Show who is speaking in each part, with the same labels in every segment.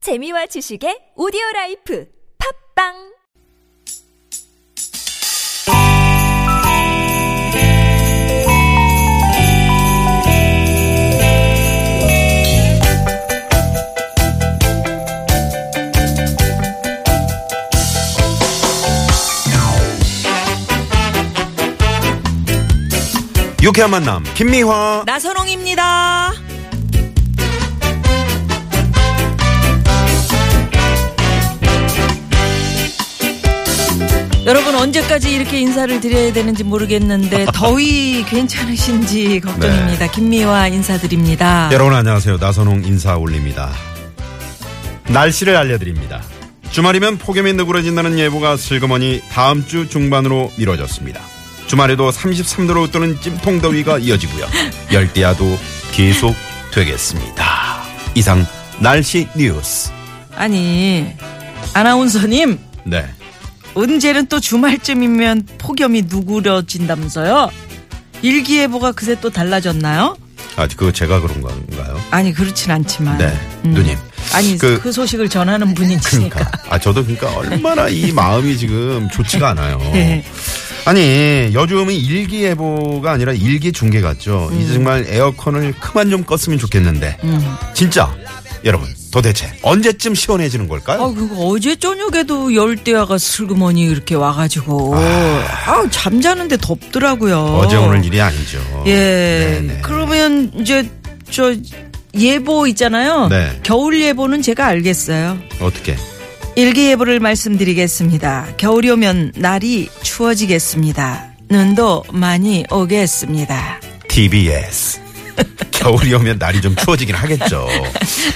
Speaker 1: 재미와 지식의 오디오 라이프 팝빵
Speaker 2: 유쾌한 만남 김미화
Speaker 3: 나선홍입니다. 여러분 언제까지 이렇게 인사를 드려야 되는지 모르겠는데 더위 괜찮으신지 걱정입니다. 김미화 인사드립니다.
Speaker 2: 네. 여러분 안녕하세요 나선홍 인사 올립니다 날씨를 알려드립니다 주말이면 폭염이 누그러진다는 예보가 슬그머니 다음 주 중반으로 미뤄졌습니다 주말에도 33도로 뜨는 찜통더위가 이어지고요 열대야도 계속 되겠습니다 이상 날씨 뉴스
Speaker 3: 아니 아나운서님
Speaker 2: 네
Speaker 3: 언제는 또 주말쯤이면 폭염이 누그러진다면서요? 일기예보가 그새 또 달라졌나요?
Speaker 2: 아직 그거 제가 그런 건가요
Speaker 3: 아니 그렇진 않지만
Speaker 2: 네 누님
Speaker 3: 아니 그,
Speaker 2: 그-
Speaker 3: 소식을 전하는 분이시니까
Speaker 2: 그러니까 아 저도 그러니까 얼마나 이 마음이 지금 좋지가 않아요
Speaker 3: 예.
Speaker 2: 아니 요즘은 일기예보가 아니라 일기 중계 같죠. 이제
Speaker 3: 음.
Speaker 2: 정말 에어컨을 그만 좀 껐으면 좋겠는데 진짜 여러분 도대체 언제쯤 시원해지는 걸까요?
Speaker 3: 아, 그거 어제 저녁에도 열대야가 슬그머니 이렇게 와가지고 아, 잠자는데 덥더라고요.
Speaker 2: 어. 제 오늘 일이 아니죠.
Speaker 3: 예.
Speaker 2: 네네.
Speaker 3: 그러면 이제 저 예보 있잖아요.
Speaker 2: 네.
Speaker 3: 겨울 예보는 제가 알겠어요.
Speaker 2: 어떻게?
Speaker 3: 일기 예보를 말씀드리겠습니다. 겨울이 오면 날이 추워지겠습니다. 눈도 많이 오겠습니다.
Speaker 2: TBS. 겨울이 오면 날이 좀 추워지긴 하겠죠.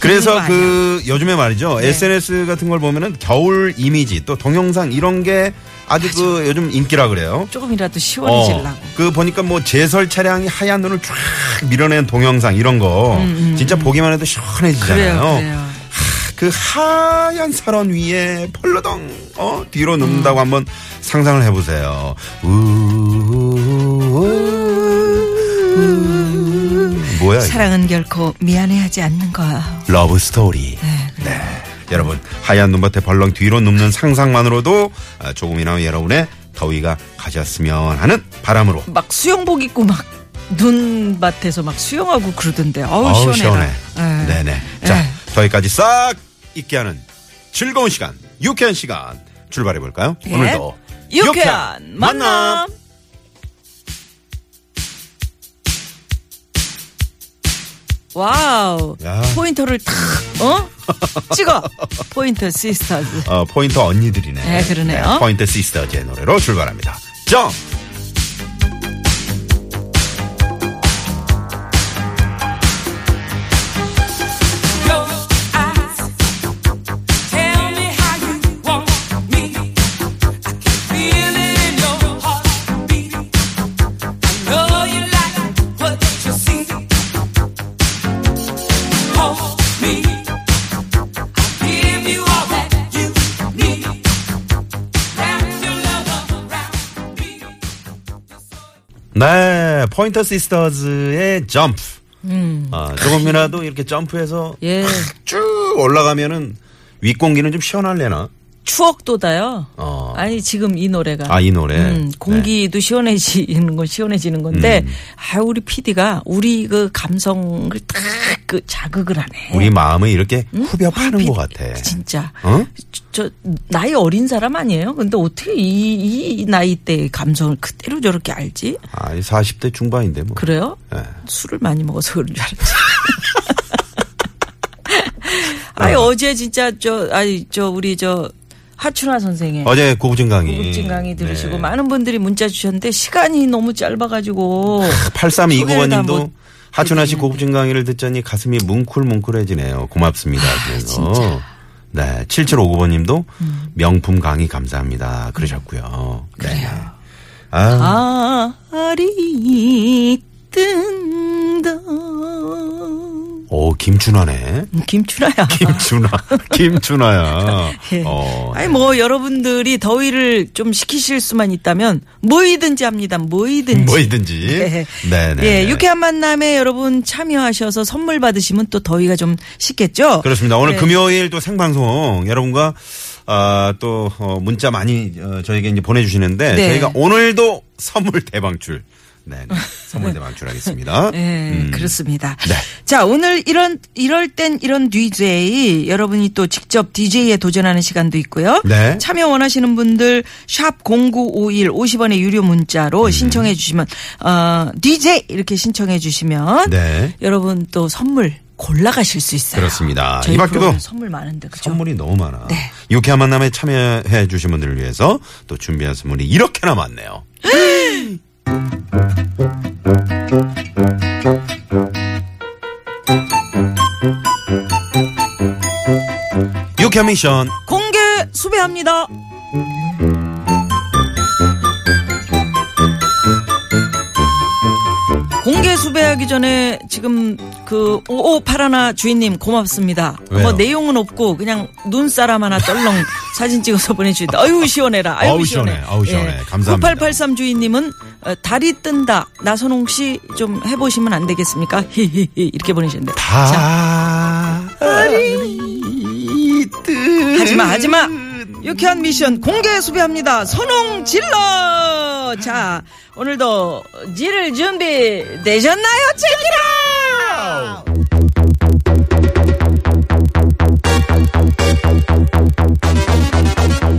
Speaker 2: 그래서
Speaker 3: 그런 거 네.
Speaker 2: 그 요즘에 말이죠. SNS 같은 걸 보면은 겨울 이미지 또 동영상 이런 게 아주 그 요즘 인기라 그래요.
Speaker 3: 조금이라도 시원해지려고.
Speaker 2: 그 보니까 뭐 제설 차량이 하얀 눈을 쫙 밀어낸 동영상 이런 거 진짜 보기만 해도 시원해지잖아요.
Speaker 3: 음, 그래요, 그래요.
Speaker 2: 하, 그 하얀 사런 위에 펄러덩 어 뒤로 눕는다고 한번 상상을 해보세요. 우, 우, 우. 뭐야? 이거?
Speaker 3: 사랑은 결코 미안해하지 않는 거야.
Speaker 2: 러브 스토리. 네. 여러분, 하얀 눈밭에 벌렁 뒤로 눕는 상상만으로도 아, 조금이나마 여러분의 더위가 가셨으면 하는 바람으로.
Speaker 3: 막 수영복 입고 막 눈밭에서 막 수영하고 그러던데. 어우,
Speaker 2: 어우,
Speaker 3: 시원해라. 예.
Speaker 2: 네네. 자,
Speaker 3: 예.
Speaker 2: 더위까지 싹 잊게 하는 즐거운 시간, 유쾌한 시간 출발해 볼까요?
Speaker 3: 예.
Speaker 2: 오늘도
Speaker 3: 유쾌한 만남. 와우.
Speaker 2: 야.
Speaker 3: 포인터를 탁, 어? 찍어. 포인터 시스터즈.
Speaker 2: 어, 포인터 언니들이네.
Speaker 3: 네, 그러네요.
Speaker 2: 포인터 시스터즈의 노래로 출발합니다. 점! 네, 포인터 시스터즈의 점프.
Speaker 3: 음.
Speaker 2: 아, 조금이라도 이렇게 점프해서
Speaker 3: 예.
Speaker 2: 쭉 올라가면은 윗공기는 좀 시원할래나?
Speaker 3: 추억도다요.
Speaker 2: 어.
Speaker 3: 아니 지금 이 노래가
Speaker 2: 아, 이 노래.
Speaker 3: 음, 공기도 시원해지는 건 시원해지는 건데
Speaker 2: 음.
Speaker 3: 아 우리 PD가 우리 그 감성을 딱 그 자극을 하네.
Speaker 2: 우리 마음을 이렇게 후벼 파는 것 같아.
Speaker 3: 진짜.
Speaker 2: 어?
Speaker 3: 저, 저 나이 어린 사람 아니에요? 근데 어떻게 이, 이 나이 때 감성을 그대로 저렇게 알지?
Speaker 2: 아, 40대 중반인데 뭐.
Speaker 3: 그래요?
Speaker 2: 예.
Speaker 3: 술을 많이 먹어서 그런 줄 알았지. 아니 어제 진짜 저 아니 저 우리 저 하춘화 선생의
Speaker 2: 어제 고부진 강의.
Speaker 3: 고급진 강의 들으시고
Speaker 2: 네.
Speaker 3: 많은 분들이 문자 주셨는데 시간이 너무 짧아가지고
Speaker 2: 8329번
Speaker 3: 소개를 다
Speaker 2: 님도
Speaker 3: 못
Speaker 2: 하춘아 씨 고급진 강의를 듣자니 가슴이 뭉클뭉클해지네요. 고맙습니다.
Speaker 3: 아,
Speaker 2: 그래서. 네. 7759번 님도
Speaker 3: 음.
Speaker 2: 명품 강의 감사합니다. 그러셨고요. 그래요. 아,
Speaker 3: 아리 뜬덩
Speaker 2: 오, 어, 김준하네.
Speaker 3: 음, 김춘아야.
Speaker 2: 김준하. 김준하야.
Speaker 3: 예.
Speaker 2: 어.
Speaker 3: 아니 뭐 여러분들이 더위를 좀 식히실 수만 있다면 뭐이든지 합니다. 뭐이든지.
Speaker 2: 뭐이든지. 네네.
Speaker 3: 예, 유쾌한 만남에 여러분 참여하셔서 선물 받으시면 또 더위가 좀 식겠죠.
Speaker 2: 그렇습니다. 오늘
Speaker 3: 네.
Speaker 2: 금요일 또 생방송 여러분과 아, 또 어, 문자 많이 어, 저에게 이제 보내주시는데
Speaker 3: 네.
Speaker 2: 저희가 오늘도 선물 대방출. 네, 네. 선물 대방출하겠습니다.
Speaker 3: 예,
Speaker 2: 음.
Speaker 3: 그렇습니다.
Speaker 2: 네.
Speaker 3: 자, 오늘 이런, 이럴 땐 이런 DJ, 여러분이 또 직접 DJ에 도전하는 시간도 있고요.
Speaker 2: 네.
Speaker 3: 참여 원하시는 분들, 샵0951 50원의 유료 문자로
Speaker 2: 음.
Speaker 3: 신청해 주시면, 어, DJ 이렇게 신청해 주시면,
Speaker 2: 네.
Speaker 3: 여러분 또 선물 골라가실 수 있어요.
Speaker 2: 그렇습니다.
Speaker 3: 아, 저희
Speaker 2: 아, 이 밖에도
Speaker 3: 프로그램 선물 많은데, 그죠?
Speaker 2: 선물이 너무 많아.
Speaker 3: 네.
Speaker 2: 유쾌한 만남에 참여해 주신 분들을 위해서 또 준비한 선물이 이렇게나 많네요. 유쾌한 미션
Speaker 3: 공개 수배합니다. 공개 수배하기 전에 지금 그 오오파라나 주인님 고맙습니다.
Speaker 2: 왜요?
Speaker 3: 뭐 내용은 없고 그냥 눈사람 하나 떨렁 사진 찍어서 보내주셨다. 아유 시원해라. 아유
Speaker 2: 아우,
Speaker 3: 시원해.
Speaker 2: 시원해. 아우, 시원해. 감사합니다.
Speaker 3: 9883 주인님은 어, 달이 뜬다. 나선홍 씨 좀 해보시면 안 되겠습니까? 히히히 이렇게 보내셨는데. 자,
Speaker 2: 다리
Speaker 3: 하지마 하지마 유쾌한 미션 공개 수배합니다 선홍 질러 자 오늘도 질을 준비 되셨나요 책이라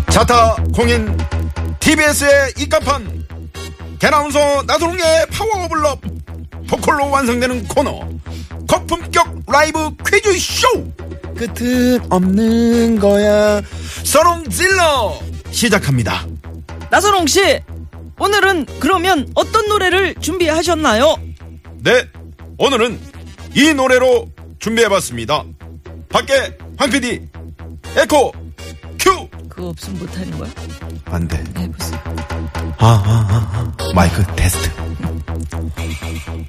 Speaker 2: 자타 공인 TBS의 입간판 개나운서 나선홍의 파워블럽 보컬로 완성되는 코너 거품격 라이브 퀴즈 쇼 끝은 없는 거야 선홍질러 시작합니다
Speaker 3: 나선홍 씨 오늘은 그러면 어떤 노래를 준비하셨나요
Speaker 2: 네 오늘은 이 노래로 준비해봤습니다 밖에 황PD 에코 큐
Speaker 3: 그거 없으면 못하는 네, 거야
Speaker 2: 안돼
Speaker 3: 해보세요
Speaker 2: 아, 마이크 테스트.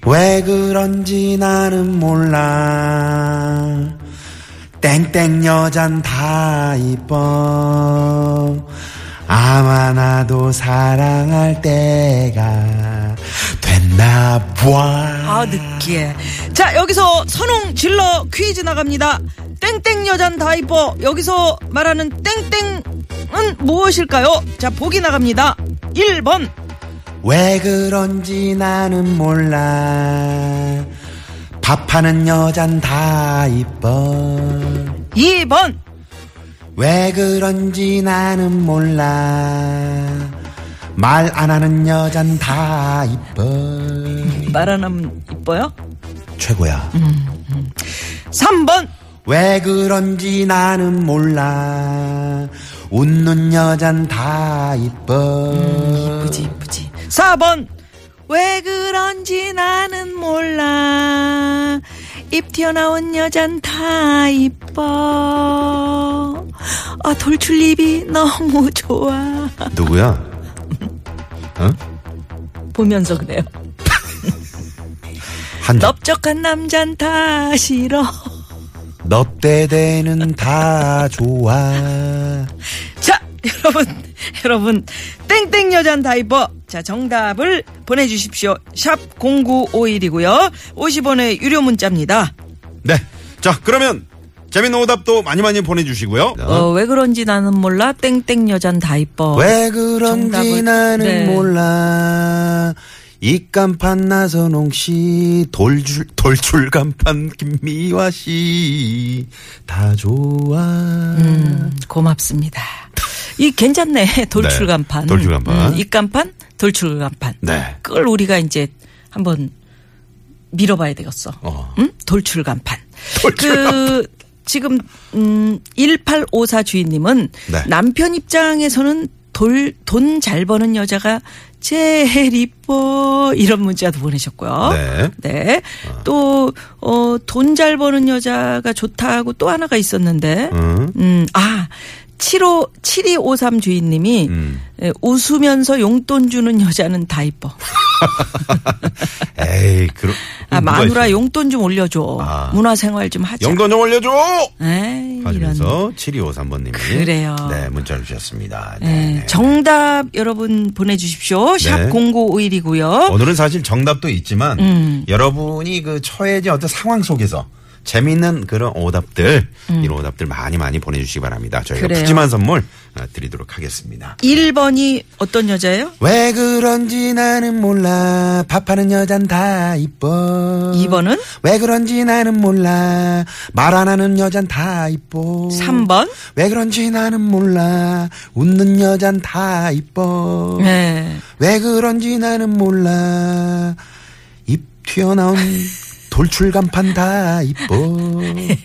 Speaker 2: 왜 그런지 나는 몰라. 땡땡 여잔 다 이뻐. 아마 나도 사랑할 때가 됐나 봐.
Speaker 3: 아 느끼해 자 여기서 선홍 질러 퀴즈 나갑니다 땡땡 여잔 다 이뻐 여기서 말하는 땡땡은 무엇일까요 자 보기 나갑니다 1번
Speaker 4: 왜 그런지 나는 몰라. 밥하는 여잔 다 이뻐.
Speaker 3: 2번
Speaker 4: 왜 그런지 나는 몰라. 말 안 하는 여잔 다 이뻐.
Speaker 3: 말 안 하면 이뻐요?
Speaker 4: 최고야.
Speaker 3: 3번
Speaker 4: 왜 그런지 나는 몰라. 웃는 여잔 다 이뻐.
Speaker 2: 어.
Speaker 3: 이쁘지 이쁘지 4번 왜 그런지 나는 몰라 입 튀어나온 여잔 다 이뻐 아 돌출입이 너무 좋아
Speaker 2: 누구야?
Speaker 3: 보면서 그래요
Speaker 2: 한
Speaker 3: 넓적한 남잔 다 싫어
Speaker 4: 넙대대는 다 좋아.
Speaker 3: 자 여러분 여러분 땡땡 여잔 다이버 자 정답을 보내주십시오 샵 0951이고요 50원의 유료 문자입니다
Speaker 2: 네. 자, 그러면 재밌는 오답도 많이 많이 보내주시고요.
Speaker 3: 어, 왜 그런지 나는 몰라. 땡땡 여잔 다 이뻐.
Speaker 4: 왜 그런지
Speaker 3: 어, 정답을-
Speaker 4: 나는
Speaker 3: 네.
Speaker 4: 몰라. 이 간판 나선홍 씨, 돌출, 돌출 간판 김미화 씨, 다 좋아.
Speaker 3: 음, 고맙습니다. 이 괜찮네.
Speaker 2: 네,
Speaker 3: 돌출 간판.
Speaker 2: 돌출 간판.
Speaker 3: 이 간판, 돌출 간판.
Speaker 2: 네.
Speaker 3: 그걸 우리가 이제 한번 밀어봐야 되겠어.
Speaker 2: 어.
Speaker 3: 응? 돌출 간판.
Speaker 2: 돌출
Speaker 3: 그 지금 음, 1854 주인님은
Speaker 2: 네.
Speaker 3: 남편 입장에서는 돌 돈 잘 버는 여자가 제일 이뻐 이런 문자도 보내셨고요.
Speaker 2: 네.
Speaker 3: 네. 또, 어, 돈 잘 버는 여자가 좋다고 또 하나가 있었는데,
Speaker 2: 음.
Speaker 3: 음, 아, 75, 7253 주인님이
Speaker 2: 음.
Speaker 3: 예, 웃으면서 용돈 주는 여자는 다 이뻐.
Speaker 2: 에이, 음, 그럼.
Speaker 3: 아, 마누라 용돈 좀 올려줘.
Speaker 2: 아.
Speaker 3: 문화생활 좀 하자.
Speaker 2: 용돈 좀 올려줘!
Speaker 3: 에이, 이런.
Speaker 2: 하면서 7253번님이.
Speaker 3: 그래요.
Speaker 2: 네, 문자를 주셨습니다. 네.
Speaker 3: 예,
Speaker 2: 네.
Speaker 3: 정답 여러분 보내주십시오. 샵
Speaker 2: 네. 어.
Speaker 3: 0951이고요.
Speaker 2: 오늘은 사실 정답도 있지만
Speaker 3: 음.
Speaker 2: 여러분이 그 처해진 어떤 상황 속에서 재미있는 그런 오답들 이런 오답들 많이 많이 보내주시기 바랍니다. 저희가
Speaker 3: 음. 그래요.
Speaker 2: 푸짐한 선물 어, 드리도록 하겠습니다.
Speaker 3: 1번이 어떤 여자예요?
Speaker 4: 왜 그런지 나는 몰라 밥하는 여잔 다 이뻐
Speaker 3: 2번은?
Speaker 4: 왜 그런지 나는 몰라 말 안 하는 여잔 다 이뻐
Speaker 3: 3번?
Speaker 4: 왜 그런지 나는 몰라 웃는 여잔 다 이뻐
Speaker 2: 음.
Speaker 3: 네.
Speaker 4: 왜 그런지 나는 몰라 입 튀어나온 돌출간판 다 이뻐
Speaker 2: 네.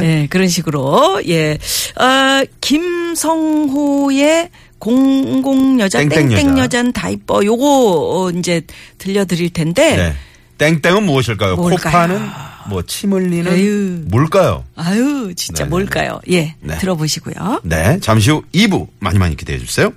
Speaker 3: 네, 그런 식으로. 예. 아, 김성호의 공공 여자
Speaker 2: 땡땡
Speaker 3: 땡땡
Speaker 2: 여자.
Speaker 3: 여잔 다 이뻐. 요거 어, 이제 들려 드릴 텐데.
Speaker 2: 네. 땡땡은 무엇일까요?
Speaker 3: 뭘까요?
Speaker 2: 코파는 뭐 침 흘리는
Speaker 3: 에휴.
Speaker 2: 뭘까요?
Speaker 3: 아유, 진짜
Speaker 2: 네네네.
Speaker 3: 뭘까요? 예.
Speaker 2: 네.
Speaker 3: 들어보시고요.
Speaker 2: 네, 잠시 후 2부 많이 많이 기대해 주세요.